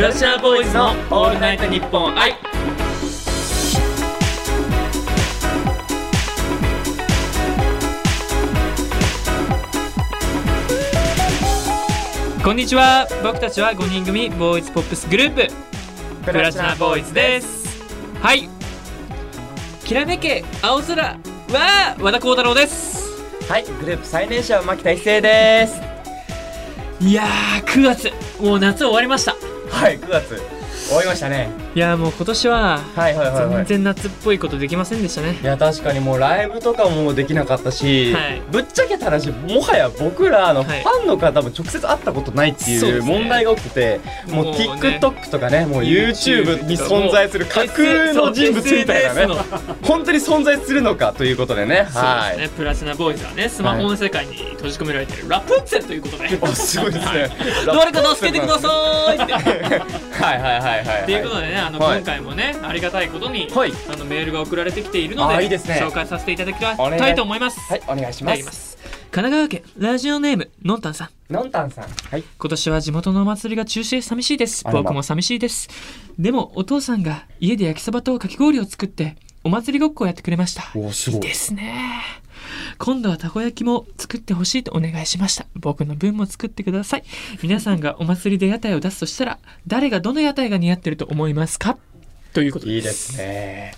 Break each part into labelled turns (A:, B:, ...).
A: ラッシャーボーイズのオールナイトニッポン愛こんにちは僕たちは5人組ボーイズポップスグループプラチナボーイズですはいきらめけ青空は和田光太郎です
B: はいグループ最年少牧田一成です
A: いやー9月もう夏終わりました
B: はい9月終わりましたね
A: いやーもう今年は
B: はいはいはいはい
A: 全然夏っぽいことできませんでしたね
B: いや確かにもうライブとかもできなかったし、
A: はい
B: ぶっちゃけた話もはや僕らのフ
A: はい
B: ァンの方も直接会ったことないって
A: そう
B: い
A: で
B: う
A: すね
B: 問題が起きてて、もう
A: もうね
B: TikTok とかねもう YouTube に存在する架空の人物みたいなね
A: そう SNS の
B: 本当に存在するのかということでね
A: そうで
B: は
A: す
B: い
A: ねプラチナボーイズはねスマホの世界に閉じ込められてるラプンツェルということで
B: おすごいですね
A: 誰か助けてくださーいって
B: はいはいはいはい、はい、
A: っていうことでねあの
B: はい
A: 今回もねありがたいことに
B: はい
A: あのメールが送られてきているの
B: あ
A: で
B: いいですね
A: 紹介させていただき
B: お願い
A: たいと思います
B: はいお願いし
A: いた
B: ま
A: だ
B: す
A: きます神奈川県ラジオネームのんたんさん
B: のんたんさんはい
A: 今年は地元のお祭りが中止で寂しいです
B: あらま
A: 僕も寂しいですでもお父さんが家で焼きそばとかき氷を作ってお祭りごっこをやってくれました
B: おすごい
A: ですね今度はたこ焼きも作ってほしいとお願いしました僕の分も作ってください皆さんがお祭りで屋台を出すとしたら誰がどの屋台が似合ってると思いますかということ
B: いいですね。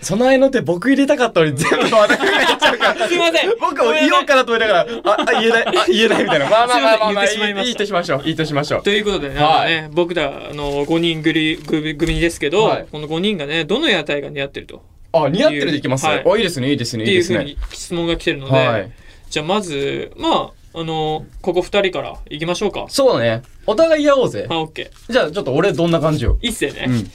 B: その合いの手僕入れたかったのに全部私が入っちゃうから。
A: すいません
B: 僕も言おうかなと思いながら、あ、あ言えない、あ、言えないみたいな。まあまあまあまあまあ、
A: すいません言ってしまいました
B: いいとしましょう。いいとしましょう。
A: ということでね,、
B: はい
A: あのね僕らあの5人組組組ですけど、
B: はい
A: この5人がねどの屋台が似合ってると
B: あ、似合ってるでいきます。
A: はい
B: あ、いいですね、いいですね、
A: っ
B: い
A: て
B: い
A: い
B: で
A: う
B: す
A: ふう
B: ね。
A: に質問が来てるので、
B: はい。
A: じゃあまずまああのここ2人からいきましょうか
B: そうだね。お互いやおうぜ。
A: あオッケー
B: じゃあ、ちょっと俺どんな感じよ。
A: 一世ね、
B: うん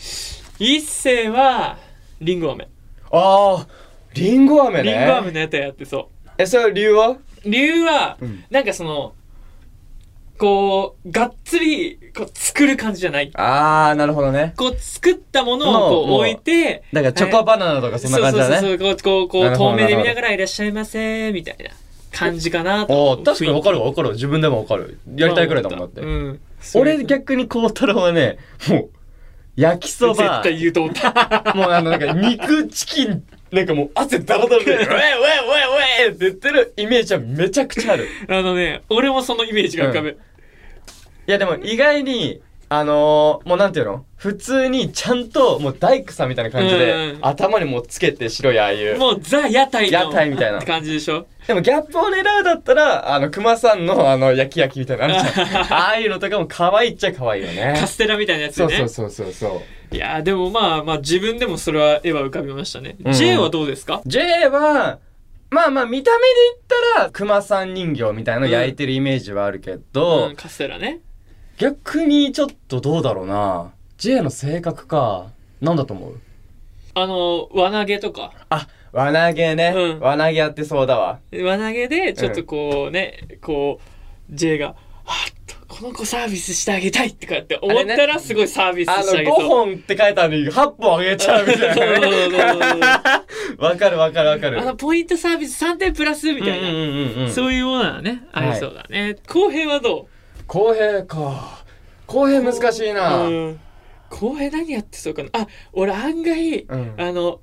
A: 一世はリンゴ飴
B: ああ、リンゴ飴ね。
A: リンゴ飴の屋台やってそ
B: え、それは理由は
A: う理由は、
B: うん
A: なんかそのこうがっつりこう作る感じじゃない
B: ああ、なるほどね。
A: こう作ったものをこ
B: の
A: う置いて
B: だからチョコバナナとかそんな感じだ
A: そ
B: ね。
A: うそうそうこうこうこ
B: な
A: う
B: るほど
A: 透明で見ながらいらっしゃいませみたいな感じかな
B: お
A: と
B: ー確かにわかるわわかる。自分でもわかる。やりたいくらいだもんだって
A: う。ん、
B: 俺逆に孝太郎はねもう焼きそ
A: 絶
B: ば
A: 対言うと思った
B: もうあのなんか肉チキンなんかもう汗ダラダ ラで「ウェイウェイウェイウェイ!」って言ってるイメージはめちゃくちゃある
A: あのね、俺もそのイメージが浮かぶ。
B: いやでも意外にあのー、もうなんていうの普通にちゃんともう大工さんみたいな感じ
A: うん
B: で
A: うん
B: 頭にもうつけて白いああいう
A: もうザ屋台の
B: 屋台みたいな
A: って感じでしょ
B: でもギャップを狙うだったらあの熊さんのあの焼き焼きみたいなのあるじゃん ああいうのとかも可愛いっちゃ可愛いよね
A: カステラみたいなやつ
B: そ
A: で
B: う
A: ね。
B: そうそうそうそう
A: いやーでもまあまあ自分でもそれは絵は浮かびましたね。
B: うん
A: J はどうですか
B: J はまあまあ見た目で言ったら熊さん人形みたいの焼いてるイメージはあるけど、
A: うん、カステラね。
B: 逆にちょっとどうだろうな J の性格かなんだと思う
A: あの、輪投げとか。
B: あ輪投げね、
A: うん
B: 輪投げやってそうだわ
A: 輪投げで、ちょっとこうね、こう、J が、あっと、この子サービスしてあげたいってかって思った
B: あれ
A: らすごいサービス
B: あ
A: してあ
B: の
A: げ
B: 5
A: そう。
B: 本って書いたのに8本あげちゃうみたいなね わかるわかるわかる
A: あの、ポイントサービス3点プラスみたいな。
B: うんうんうんうん
A: そういうものはね、ありそうだね。後編はどう
B: 公平か公平難しいな、
A: うん後輩何やってそうかなあ俺案外、
B: うん
A: あの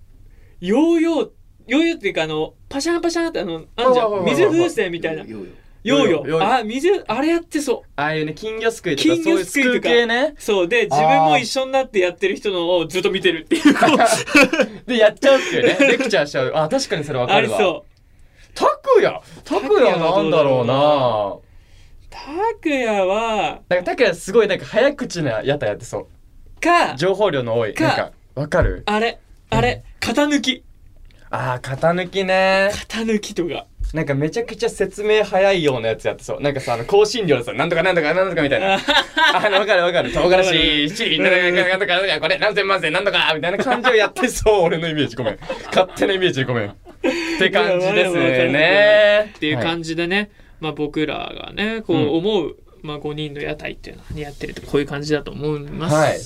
A: ヨーヨーヨーヨーっていうかあのパシャンパシャンってあのあんじゃ
B: おいおいおいお
A: ん
B: い
A: 水風船みたいなヨーヨ
B: ヨーヨー
A: ーあ水あれやってそ
B: ああいうね金魚すくいとか
A: 金魚
B: そういう
A: すく
B: す
A: いと
B: く
A: か
B: う系ね
A: うそうで自分も一緒になってやってる人のをずっと見てるっていう こう
B: でやっちゃうっていうねレクチャーしちゃうあ確かにそれわか
A: あり
B: るわ
A: そう
B: タクヤタクヤなんだろうな
A: たくやは
B: なんかタクヤすごいなんか早口なやたやってそ
A: か
B: う情報量の多い
A: か
B: なんかわかる
A: あれあれ型抜き
B: あー型抜きね
A: 型抜きとか
B: なんかめちゃくちゃ説明早いようなやつやってそうなんかさあの香辛料でさなんとかなんとかなんとかみたいなあのわかるわかる唐辛子七輪なんとかなんとかなんとかこれ何千万千なんとかみたいな感じをやってそう俺のイメージごめん勝手なイメージごめんって感じです
A: いや
B: ね
A: っていう感じでね、まあ僕らがねこ
B: うん
A: う思う、まあ、5人の屋台っていうのはねやってるとこういう感じだと思います、
B: はい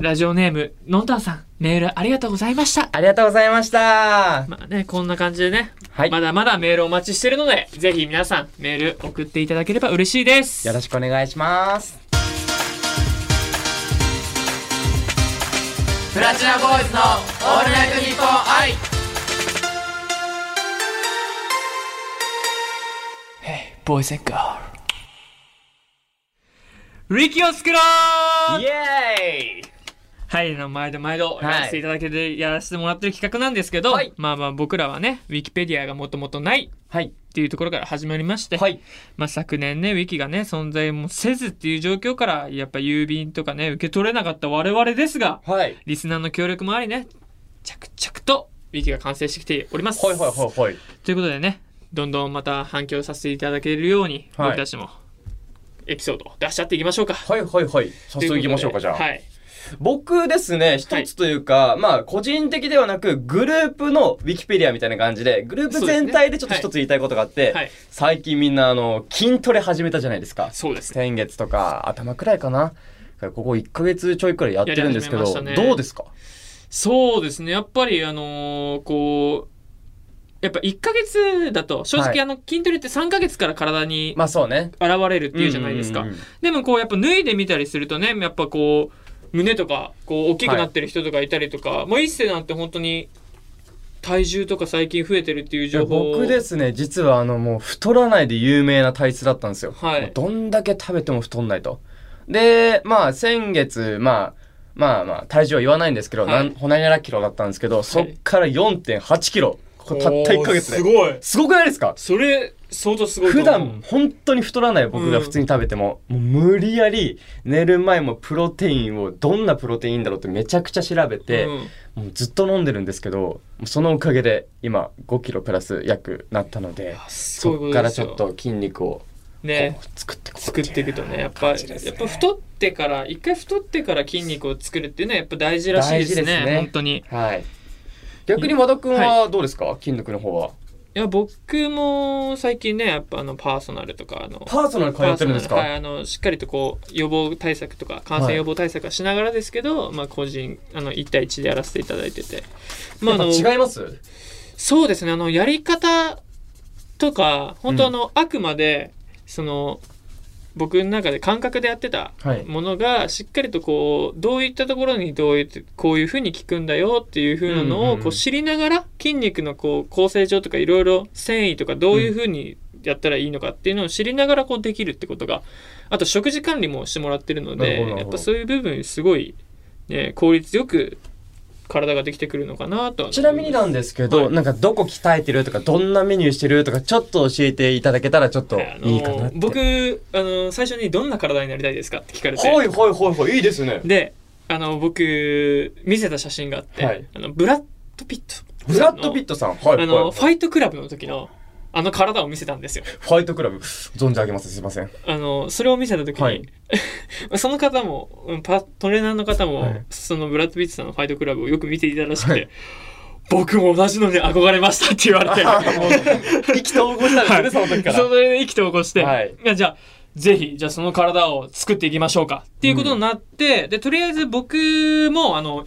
A: ラジオネームのんたんさんメールありがとうございました
B: ありがとうございました
A: まあねこんな感じでね、
B: はい
A: まだまだメールお待ちしてるのでぜひ皆さんメール送っていただければ嬉しいです
B: よろしくお願いします
C: プラチナボーイズのオールナイトニッポン愛
A: ボーイズガールウィキを作ろう
B: イエーイ
A: はい、あの毎度毎度や
B: はい
A: らせていただけて、やらせてもらってる企画なんですけど、
B: はい
A: まあまあ僕らはね、ウィキペディアがもともとない
B: はい
A: っていうところから始まりまして、
B: はい
A: まあ昨年ね、ウィキがね、存在もせずっていう状況から、やっぱ郵便とかね、受け取れなかった我々ですが、
B: はい
A: リスナーの協力もありね、着々とウィキが完成してきております。
B: はいはいはいはい
A: ということでね、どんどんまた反響させていただけるように、
B: はい
A: 僕たちもエピソードを出しちゃっていきましょうか。
B: はいはいはい早速行きましょうかじゃあ、
A: はい。
B: 僕ですね一つというか、まあ個人的ではなくグループのウィキペディアみたいな感じでグループ全体でちょっと一つ言いたいことがあって、
A: はい。
B: 最近みんなあの筋トレ始めたじゃないですか
A: そうですね。
B: 先月とか頭くらいかなここ1ヶ月ちょいくらいやってるんですけ
A: やり
B: ど、
A: 始めましたね
B: どうですか
A: そうですね。やっぱり、あのーこう、やっぱ1ヶ月だと、正直、
B: はい
A: あの、筋トレって3ヶ月から体に
B: まあそうね
A: 現れるっていうじゃないですか。
B: うんうんうん
A: でも、こう、やっぱ脱いでみたりするとね、やっぱこう、胸とか、こう、大きくなってる人とかいたりとか、もう一世なんて本当に、体重とか最近増えてるっていう
B: いや
A: 情報
B: 僕ですね実はあのもう太らないで有名な体質だったんですよ、
A: はい
B: もうどんだけ食べても太んないとでまあ先月まあまあまあ体重は言わないんですけど、
A: は
B: ないんほなにゃらキロだったんですけどそっから4 8キロこれたった1ヶ月です
A: ごい。
B: すごくないですか
A: それ、相当すごいと
B: 普
A: 思う。
B: 段本当に太らない僕が普通に食べても、もう無理やり寝る前もプロテインをどんなプロテインだろうってめちゃくちゃ調べて、
A: うん
B: もうずっと飲んでるんですけどもうそのおかげで今5キロプラス約なったので
A: あすごい
B: そ
A: こ
B: っ
A: と
B: か
A: で
B: ら
A: す
B: ち
A: よ
B: ょっと筋肉を
A: ね
B: こう作ってこう
A: 作っていくとねやっぱ、
B: 感じです
A: や
B: ね
A: っぱ太ってから一回太ってから筋肉を作るっていうのはやっぱ大事らしいですね
B: 大事ですね
A: 本当にい
B: はい逆に和田君はどうですか、筋肉の方は
A: や僕も最近ねやっぱあのパーソナルとかあの
B: パーソナル通ってるんですか、
A: パーソナルはいあのしっかりとこう予防対策とか感染予防対策はしながらですけど、まあ個人あの1対1でやらせていただいててまああの
B: やっぱ違います
A: そうですねあのやり方とか本当あの、あくまでその僕の中で感覚でやってた
B: はい
A: ものがしっかりとこうどういったところにどういってこういうふうに効くんだよっていうふうな
B: うんうん
A: の
B: う
A: を
B: ん
A: こう知りながら筋肉のこう構成上とかいろいろ繊維とかどういうふうにやったらいいのかっていうのを知りながらこうできるってことがあと食事管理もしてもらってるの
B: なる
A: で
B: ほどなる
A: や
B: ほ
A: っ
B: ど
A: ぱそういう部分すごい、ね、効率よく体ができてくるのかなとは思います
B: ちなみになんですけ
A: は
B: ど、
A: い
B: なんかどこ鍛えてるとかどんなメニューしてるとかちょっと教えていただけたらちょっと
A: あの
B: いいかなって、
A: 僕あの最初にどんな体になりたいですかって聞かれて、
B: はいはいはいはいいいですね
A: であの僕見せた写真があって、
B: はい
A: あのブラッド・ピット
B: ブラッド・ピットさんはいは
A: あ
B: いは
A: の
B: い
A: ファイトクラブの時のあの体を見せたんですよ
B: ファイトクラブ存じ上げますすいません
A: あのそれを見せた時に、
B: はい
A: その方もうんパトレーナーの方も、
B: はい
A: そのブラッド・ピットさんのファイトクラブをよく見ていたらしくて、僕も同じのに憧れましたって言われ て
B: 意気投合したんです ね、その時から。
A: それで意気投合して、
B: はい
A: い、やじゃあぜひじゃあその体を作っていきましょうかっていうことになって、でとりあえず僕もあの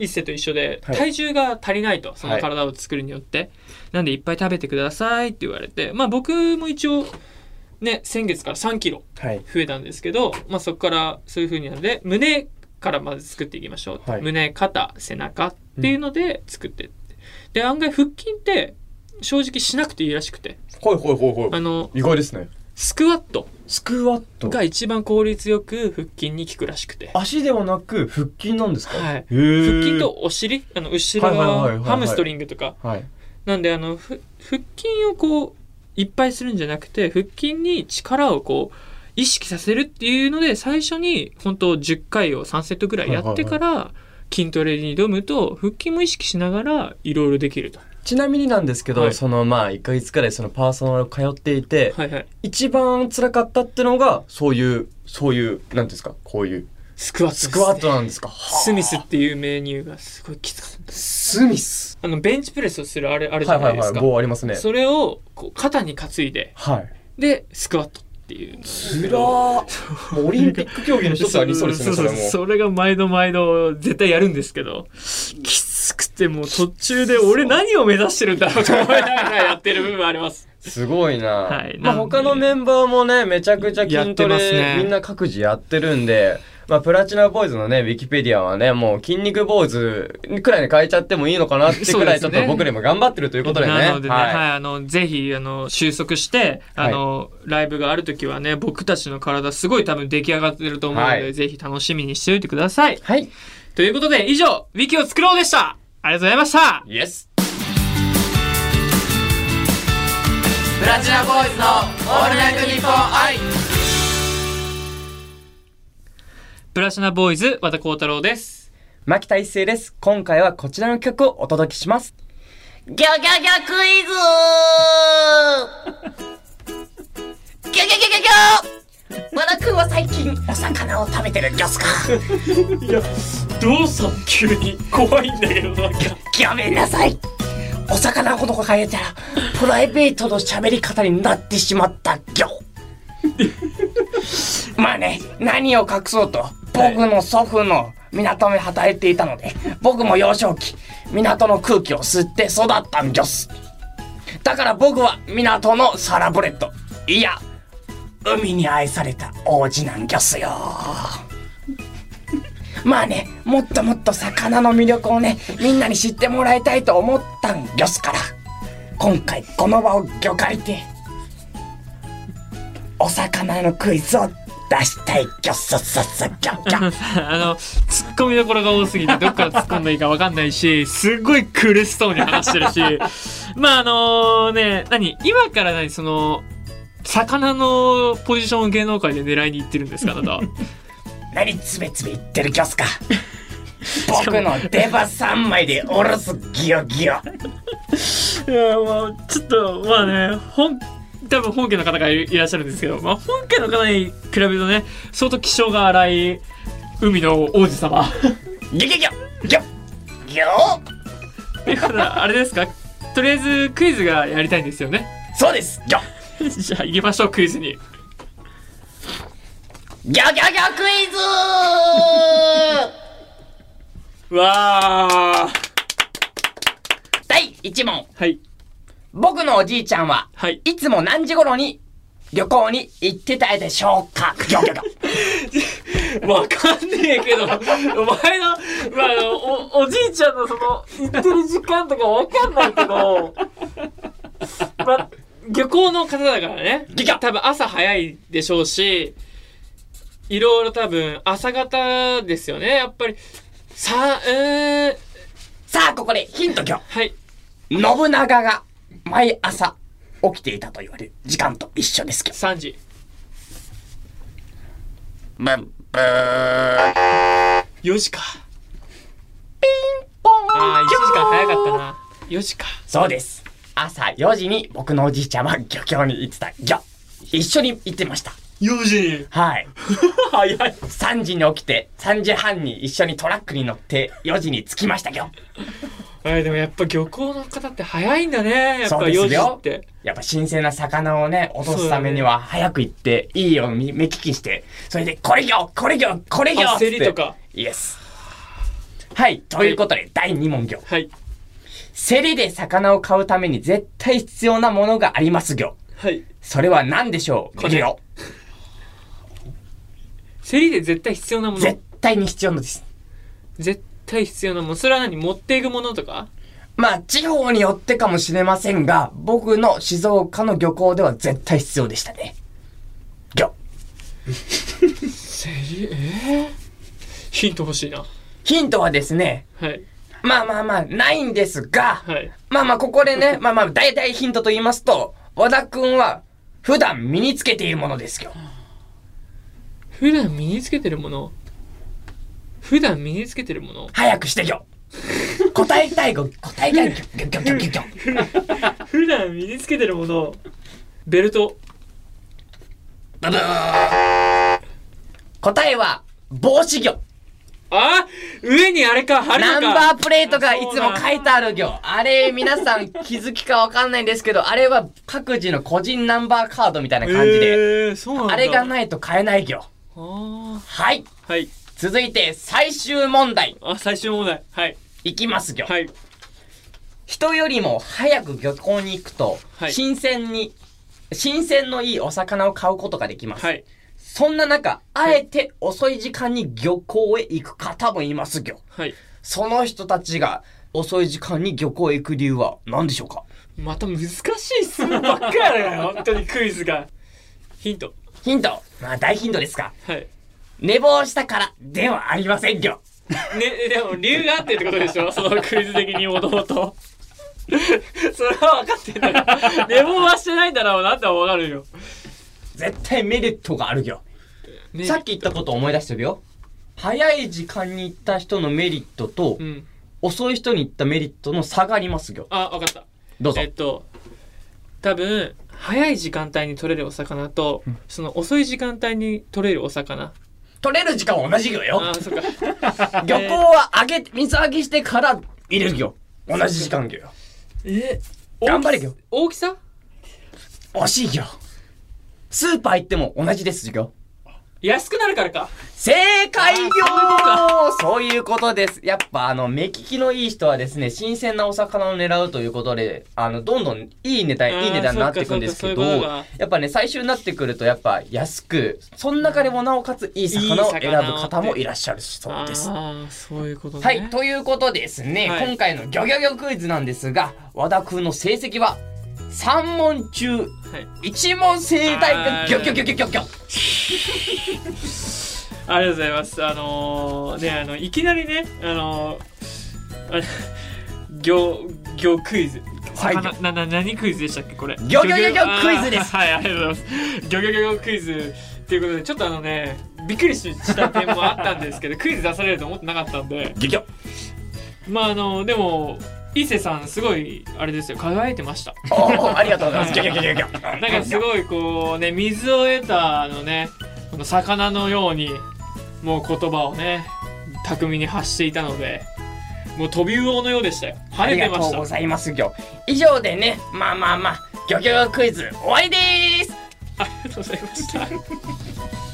A: 一世と一緒で
B: はい
A: 体重が足りないと、その体を作るによって、なんでいっぱい食べてくださいって言われてまあ僕も一応ね先月から3キロ
B: はい。
A: 増えたんですけど、まあ、そこからそういうふうになるので胸からまず作っていきましょうって、
B: はい
A: 胸肩背中っていうので作ってって、で案外腹筋って正直しなくていいらしくて
B: ほいほいほいほ
A: あの
B: い。意外ですね。
A: スクワット
B: スクワット。
A: が一番効率よく腹筋に効くらしくて
B: 足ではなく腹筋なんですか
A: はい。
B: へー
A: 腹筋と。お尻あの後ろ
B: はいはいはいはい
A: 側
B: はい
A: ハムストリングとか
B: はい。
A: なんであのふ腹筋をこういっぱいするんじゃなくて腹筋に力をこう意識させるっていうので最初に本当10回を3セットぐらいやってから筋トレに挑むと腹筋も意識しながらいろいろできると。
B: ちなみになんですけど、
A: はい
B: そのまあ、1ヶ月くらいそのパーソナルを通っていて、
A: はいはい、
B: 一番辛かったってのが、そういう、そういう、なんていうんですか、こういう、
A: スクワットです
B: ス
A: ね
B: クワットなんですか。
A: スミスっていうメニューがすごいきつかった
B: スミス。
A: あのベンチプレスをするあれあるじ
B: は
A: ゃ
B: い
A: な
B: はいい
A: です
B: はい。
A: か、
B: 棒ありますね。
A: それをこう肩に担いで
B: はい。
A: でスクワットっていう
B: つらー。もうオリンピック競技の一つありそうですね、それも。
A: それが毎度毎度絶対やるんですけどきつくてもう途中で俺何を目指してるんだろうと思いながらやってる部分あり ます
B: すごいな。
A: はい
B: まあ、
A: なんで
B: 他のメンバーもね、めちゃくちゃ
A: や
B: 筋
A: っ
B: ト
A: てます
B: レ、
A: ね
B: みんな各自やってるんで、まあ、プラチナボーイズのね、ウィキペディアはね、もう、筋肉坊主くらいに変えちゃってもいいのかなってくらい、ち
A: そ
B: ょ
A: う
B: っ
A: ですね
B: と僕らも頑張ってるということでね。
A: なのでね、はい、
B: い。
A: あの、ぜひ、あの、収束して、あの、ライブがあるときはね、僕たちの体すごい多分出来上がってると思うので、
B: はい
A: ぜひ楽しみにしておいてください。
B: はい。
A: ということで、以上、ウィキを作ろうでしたありがとうございました
B: イエス
C: プラチナボーイズのオールナイトニッポン愛
A: プラチナボーイズ、和田幸太郎です。
B: 牧田一成です。今回はこちらの曲をお届けします。
D: ギャギャギャクイズギャギャギャギャギャ和田くんは最近お魚を食べてるんですか
A: どうした急に怖いんだけど、なんか。
D: ごめんなさいお魚のことが書いてたらプライベートの喋り方になってしまったギョまあね何を隠そうと僕の祖父の港で働いていたので僕も幼少期港の空気を吸って育ったんギョスだから僕は港のサラブレッドいや海に愛された王子なんギョスよ まあね、もっともっと魚の魅力をね、みんなに知ってもらいたいと思ったんギョスから、今回この場を魚介で、お魚のクイズを出したいギョススススギョギョ。
A: あの、ツッコミどころが多すぎて、どっから突っ込んでいいか分かんないし、すっごい苦しそうに話してるし、 まあ、あのね、何、今から何、その、魚のポジションを芸能界で狙いに行ってるんですか、あなた は。
D: 何つべつべ言ってるギョ スか。僕の出刃三枚でおろすギョ
A: い
D: ギョ。
A: や、まあ、ちょっと、まあね、本、多分本家の方がいいらっしゃるんですけど、まあ、本家の方に比べるとね、相当気性が荒い海の王子 様。
D: ギョギョギョギョギョ
A: ということで、あれですか、とりあえずクイズがやりたいんですよね。
D: そうですギョ
A: じゃあ、行きましょう、クイズに。
D: ギョギョギョ クイズ
A: わー
D: 第1問。
A: はい、
D: 僕のおじいちゃんは、
A: はい。
D: いつも何時頃に旅行に行ってたでしょうかギョギョギョ
A: わかんねえけど、お前の、まあ、あのお、おじいちゃんのその、行ってる時間とかわかんないけど、まあ、漁港の方だからね。多分朝早いでしょうし、いろいろ多分朝方ですよね。やっぱり、さ、えー、
D: さあ、ここでヒントギョ
A: はい。
D: 信長が毎朝起きていたと言われる時間と一緒ですギョ
A: 3時。
D: ブンブー
A: 4時か。ああ、1時間早かったな。4時か。
D: そうです。朝4時に僕のおじいちゃんは漁協に行ってたギョ一緒に行ってました。
A: 4時
D: はい。
A: 早い。
D: 3時に起きて、3時半に一緒にトラックに乗って、4時に着きましたギョ
A: はい、でもやっぱ漁港の方って早いんだね。やっぱ
D: そうですよ
A: 4時って。
D: やっぱ新鮮な魚をね、落とすためには早く行って、いいよ、み目利きして、それで、これ行これ行これ行
A: 焦りと。か。
D: イエス。はい、ということで、第2問行。
A: はい。
D: 競りで魚を買うために絶対必要なものがあります行。
A: はい。
D: それは何でしょう
A: 金
D: 行。
A: 競りで絶対必要なもの
D: 絶。対に必要なのです。
A: 絶対必要なもの。それは何持っていくものとか
D: まあ、地方によってかもしれませんが、僕の静岡の漁港では絶対必要でしたね。行。
A: 競り、えー、ヒント欲しいな。
D: ヒントはですね、
A: はい。
D: まあまあまあ、ないんですが、
A: はい。
D: まあまあ、ここでね、まあまあ、大体ヒントと言いますと、和田くんは、普段身につけているものですよ。
A: 普段身につけてるもの。普段身につけてるもの。
D: 早くしてよ。答えたいご、答えたいよ。ぎょぎょぎょぎょぎょ。
A: 普段身につけてるもの。ベルト。
D: ブブー答えは、帽子魚。
A: あ上にあれか、貼る
D: ナ
A: のか。
D: ンバープレートがいつも書いてある魚。あれ、皆さん気づきかわかんないんですけど、あれは各自の個人ナンバーカードみたいな感じで、
A: えー、そうなんだ。
D: あれがないと買えない魚。
A: あー
D: はい。
A: はい。
D: 続いて、最終問題。
A: あ、最終問題。はい。
D: いきます魚。
A: はい。
D: 人よりも早く漁港に行くと、
A: はい
D: 新鮮に新鮮のいいお魚を買うことができます、
A: はい。
D: そんな中、あえて遅い時間に漁港へ行く方もいますよ。
A: はい
D: その人たちが遅い時間に漁港へ行く理由は何でしょうか
A: また難しい質問ばっかりだ よ本当にクイズがヒント
D: ヒントまあ大ヒントですか。
A: はい
D: 寝坊したからではありませんよ。
A: ね、でも理由があってってことでしょ そのクイズ的にもともと。 それは分かってんだ から。寝坊はしてないんだろうなって分かるよ。
D: 絶対メリットがあるよ。
A: ね
D: さっき言ったことを思い出してるよ。早い時間に行った人のメリットと、
A: うん。
D: 遅い人に行ったメリットの差がありますよ。
A: あ、分かった。
D: どうぞ
A: え。っと、多分、早い時間帯に取れるお魚と、その遅い時間帯に取れるお魚。
D: 取れる時間は同じよ。
A: あ、そっか。
D: 漁港は揚げ、水揚げしてから入れるよ。同じ時間よ。
A: え
D: 頑張れよ。
A: 大きさ
D: 惜しいよ。スーパー行っても同じですよ。
A: 安くなるからか。
D: 正解よ
A: あ
D: ーそういうことです。やっぱあの、目利きのいい人はですね、新鮮なお魚を狙うということで、あの、どんどんいい値段、
A: あー
D: いい値段になっていくんですけど、
A: そうかそうかそういうこと
D: やっぱね、最終になってくるとやっぱ安く、その中でもなおかついい魚を選ぶ方もいらっしゃるそうです。
A: ああ、そういうことね。
D: はい、ということでですね、
A: はい
D: 今回のギョギョギョクイズなんですが、和田くんの成績は3問中
A: はい
D: 1問正
A: あー
D: 解ギョギョギョギョギョ ギョ。
A: ありがとうございます。あのー、ね、あの、いきなりね、あのー、あれ、魚、魚クイズ。
D: はい
A: 魚な、な、何クイズでしたっけ、これ。
D: 魚魚魚魚クイズです
A: あーはい、ありがとうございます。魚魚魚魚クイズ。っていうことで、ちょっとあのね、びっくりした点もあったんですけ ど、クイズ出されると思ってなかったんで。
D: ギョギョ。
A: まあ、あの、でも、伊勢さん、すごい、あれですよ、輝いてました。
D: おーありがとうございます。ギョギョギョギョギョ。
A: なんかすごいこうね水を得たあのねこの魚のようにもう言葉をね巧みに発していたのでもう飛び魚のようでしたよ
D: あ
A: 跳
D: り
A: ねてま
D: がと
A: し
D: う
A: た
D: ございますギョ。以上でね、まあまあまあ、ギョギョギョクイズ終わりでーす。
A: ありがとうございました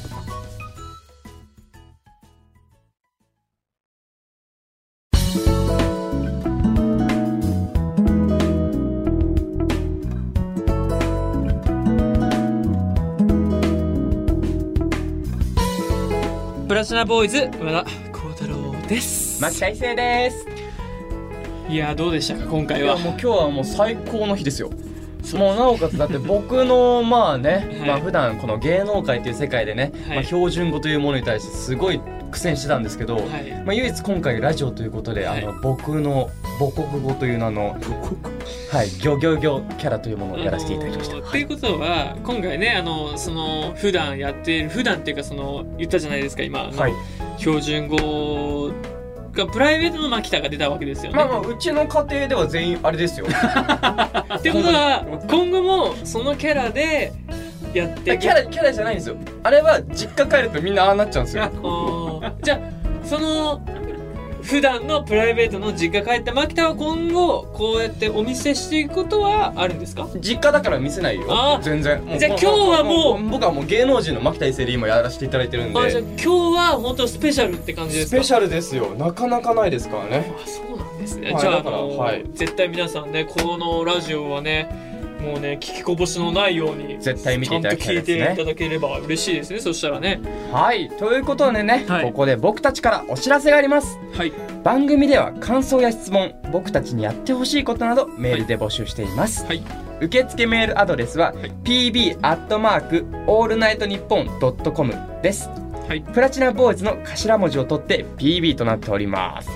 A: プラチナボーイズ和田幸太郎です
D: 牧田一成です。
A: いやどうでしたか今
D: い
A: 回
D: や
A: は
D: もう今日はもう最高の日ですよ。もうなおかつだって僕のまあね、
A: はい
D: まあ普段この芸能界という世界でね、
A: はい
D: まあ標準語というものに対してすごい苦戦してたんですけど、
A: はい
D: まあ唯一今回ラジオということで、
A: はい
D: あの僕の母国語という名のはいギョギョギョキャラというものをやらせていただきました。
A: ということは今回ねあのその普段やっている普段っていうかその言ったじゃないですか今、あの
D: はい。
A: 標準語がプライベートの牧田が出たわけですよね。
D: まあまあうちの家庭では全員あれですよ。
A: ってことは今後もそのキャラでやっていく
D: キャラキャラじゃないんですよ。あれは実家帰るとみんなああなっちゃうんですよ。
A: おーじゃあその普段のプライベートの実家帰った牧田を今後こうやってお見せしていくことはあるんですか
D: 実家だから見せないよ
A: あー
D: 全然もう
A: じゃあ今日はもう
D: 僕はもう芸能人の牧田一成で今やらせていただいてるん
A: あじゃあ
D: で
A: 今日は本当スペシャルって感じで
B: ス
A: すか
B: ペシャルですよなかなかないですからね
A: あそうなんですね、
B: はい
A: じゃあ、
B: だから
A: あの
B: はい
A: 絶対皆さんねこのラジオはねもうね聞きこぼしのないように
D: 絶対見
A: ち
D: て
A: ゃ
D: い
A: ん
D: た
A: と
D: だきた
A: 聞
D: いで
A: い
D: す
A: てい
D: ね
A: ただければ嬉しいですねそしたらね
D: はいということでね、
A: はい
D: ここで僕たちからお知らせがあります
A: はい
D: 番組では感想や質問僕たちにやってほしいことなどメールで募集しています、
A: はい
D: 受付メールアドレス
A: は
D: は、
A: い
D: pb アットマークオールナイトニッポンドットコムです、
A: はい
D: プラチナボーイズの頭文字を取って pb となっております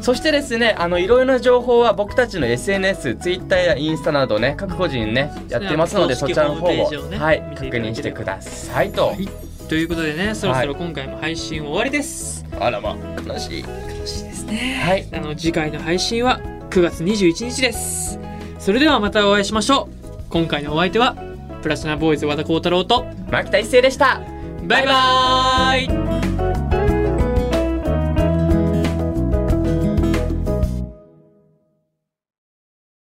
D: そしてですねあのいろいろな情報は僕たちの SNS ツイッターやインスタなどね各個人ねやってますの
A: 公
D: でそ
A: 式
D: ちらの方
A: ホーム
D: を
A: ページをね
D: はい
A: 見
D: 確
A: ていただければ
D: 認してくださいと、
A: いということでねそろそろ今回も配信終わりです、
D: あらま悲しい
A: 楽しいですね
D: はい
A: あの次回の配信は9月21日ですそれではまたお会いしましょう今回のお相手はプラチナボーイズ和田幸太郎と
D: 牧田一成でした
A: バイバーイ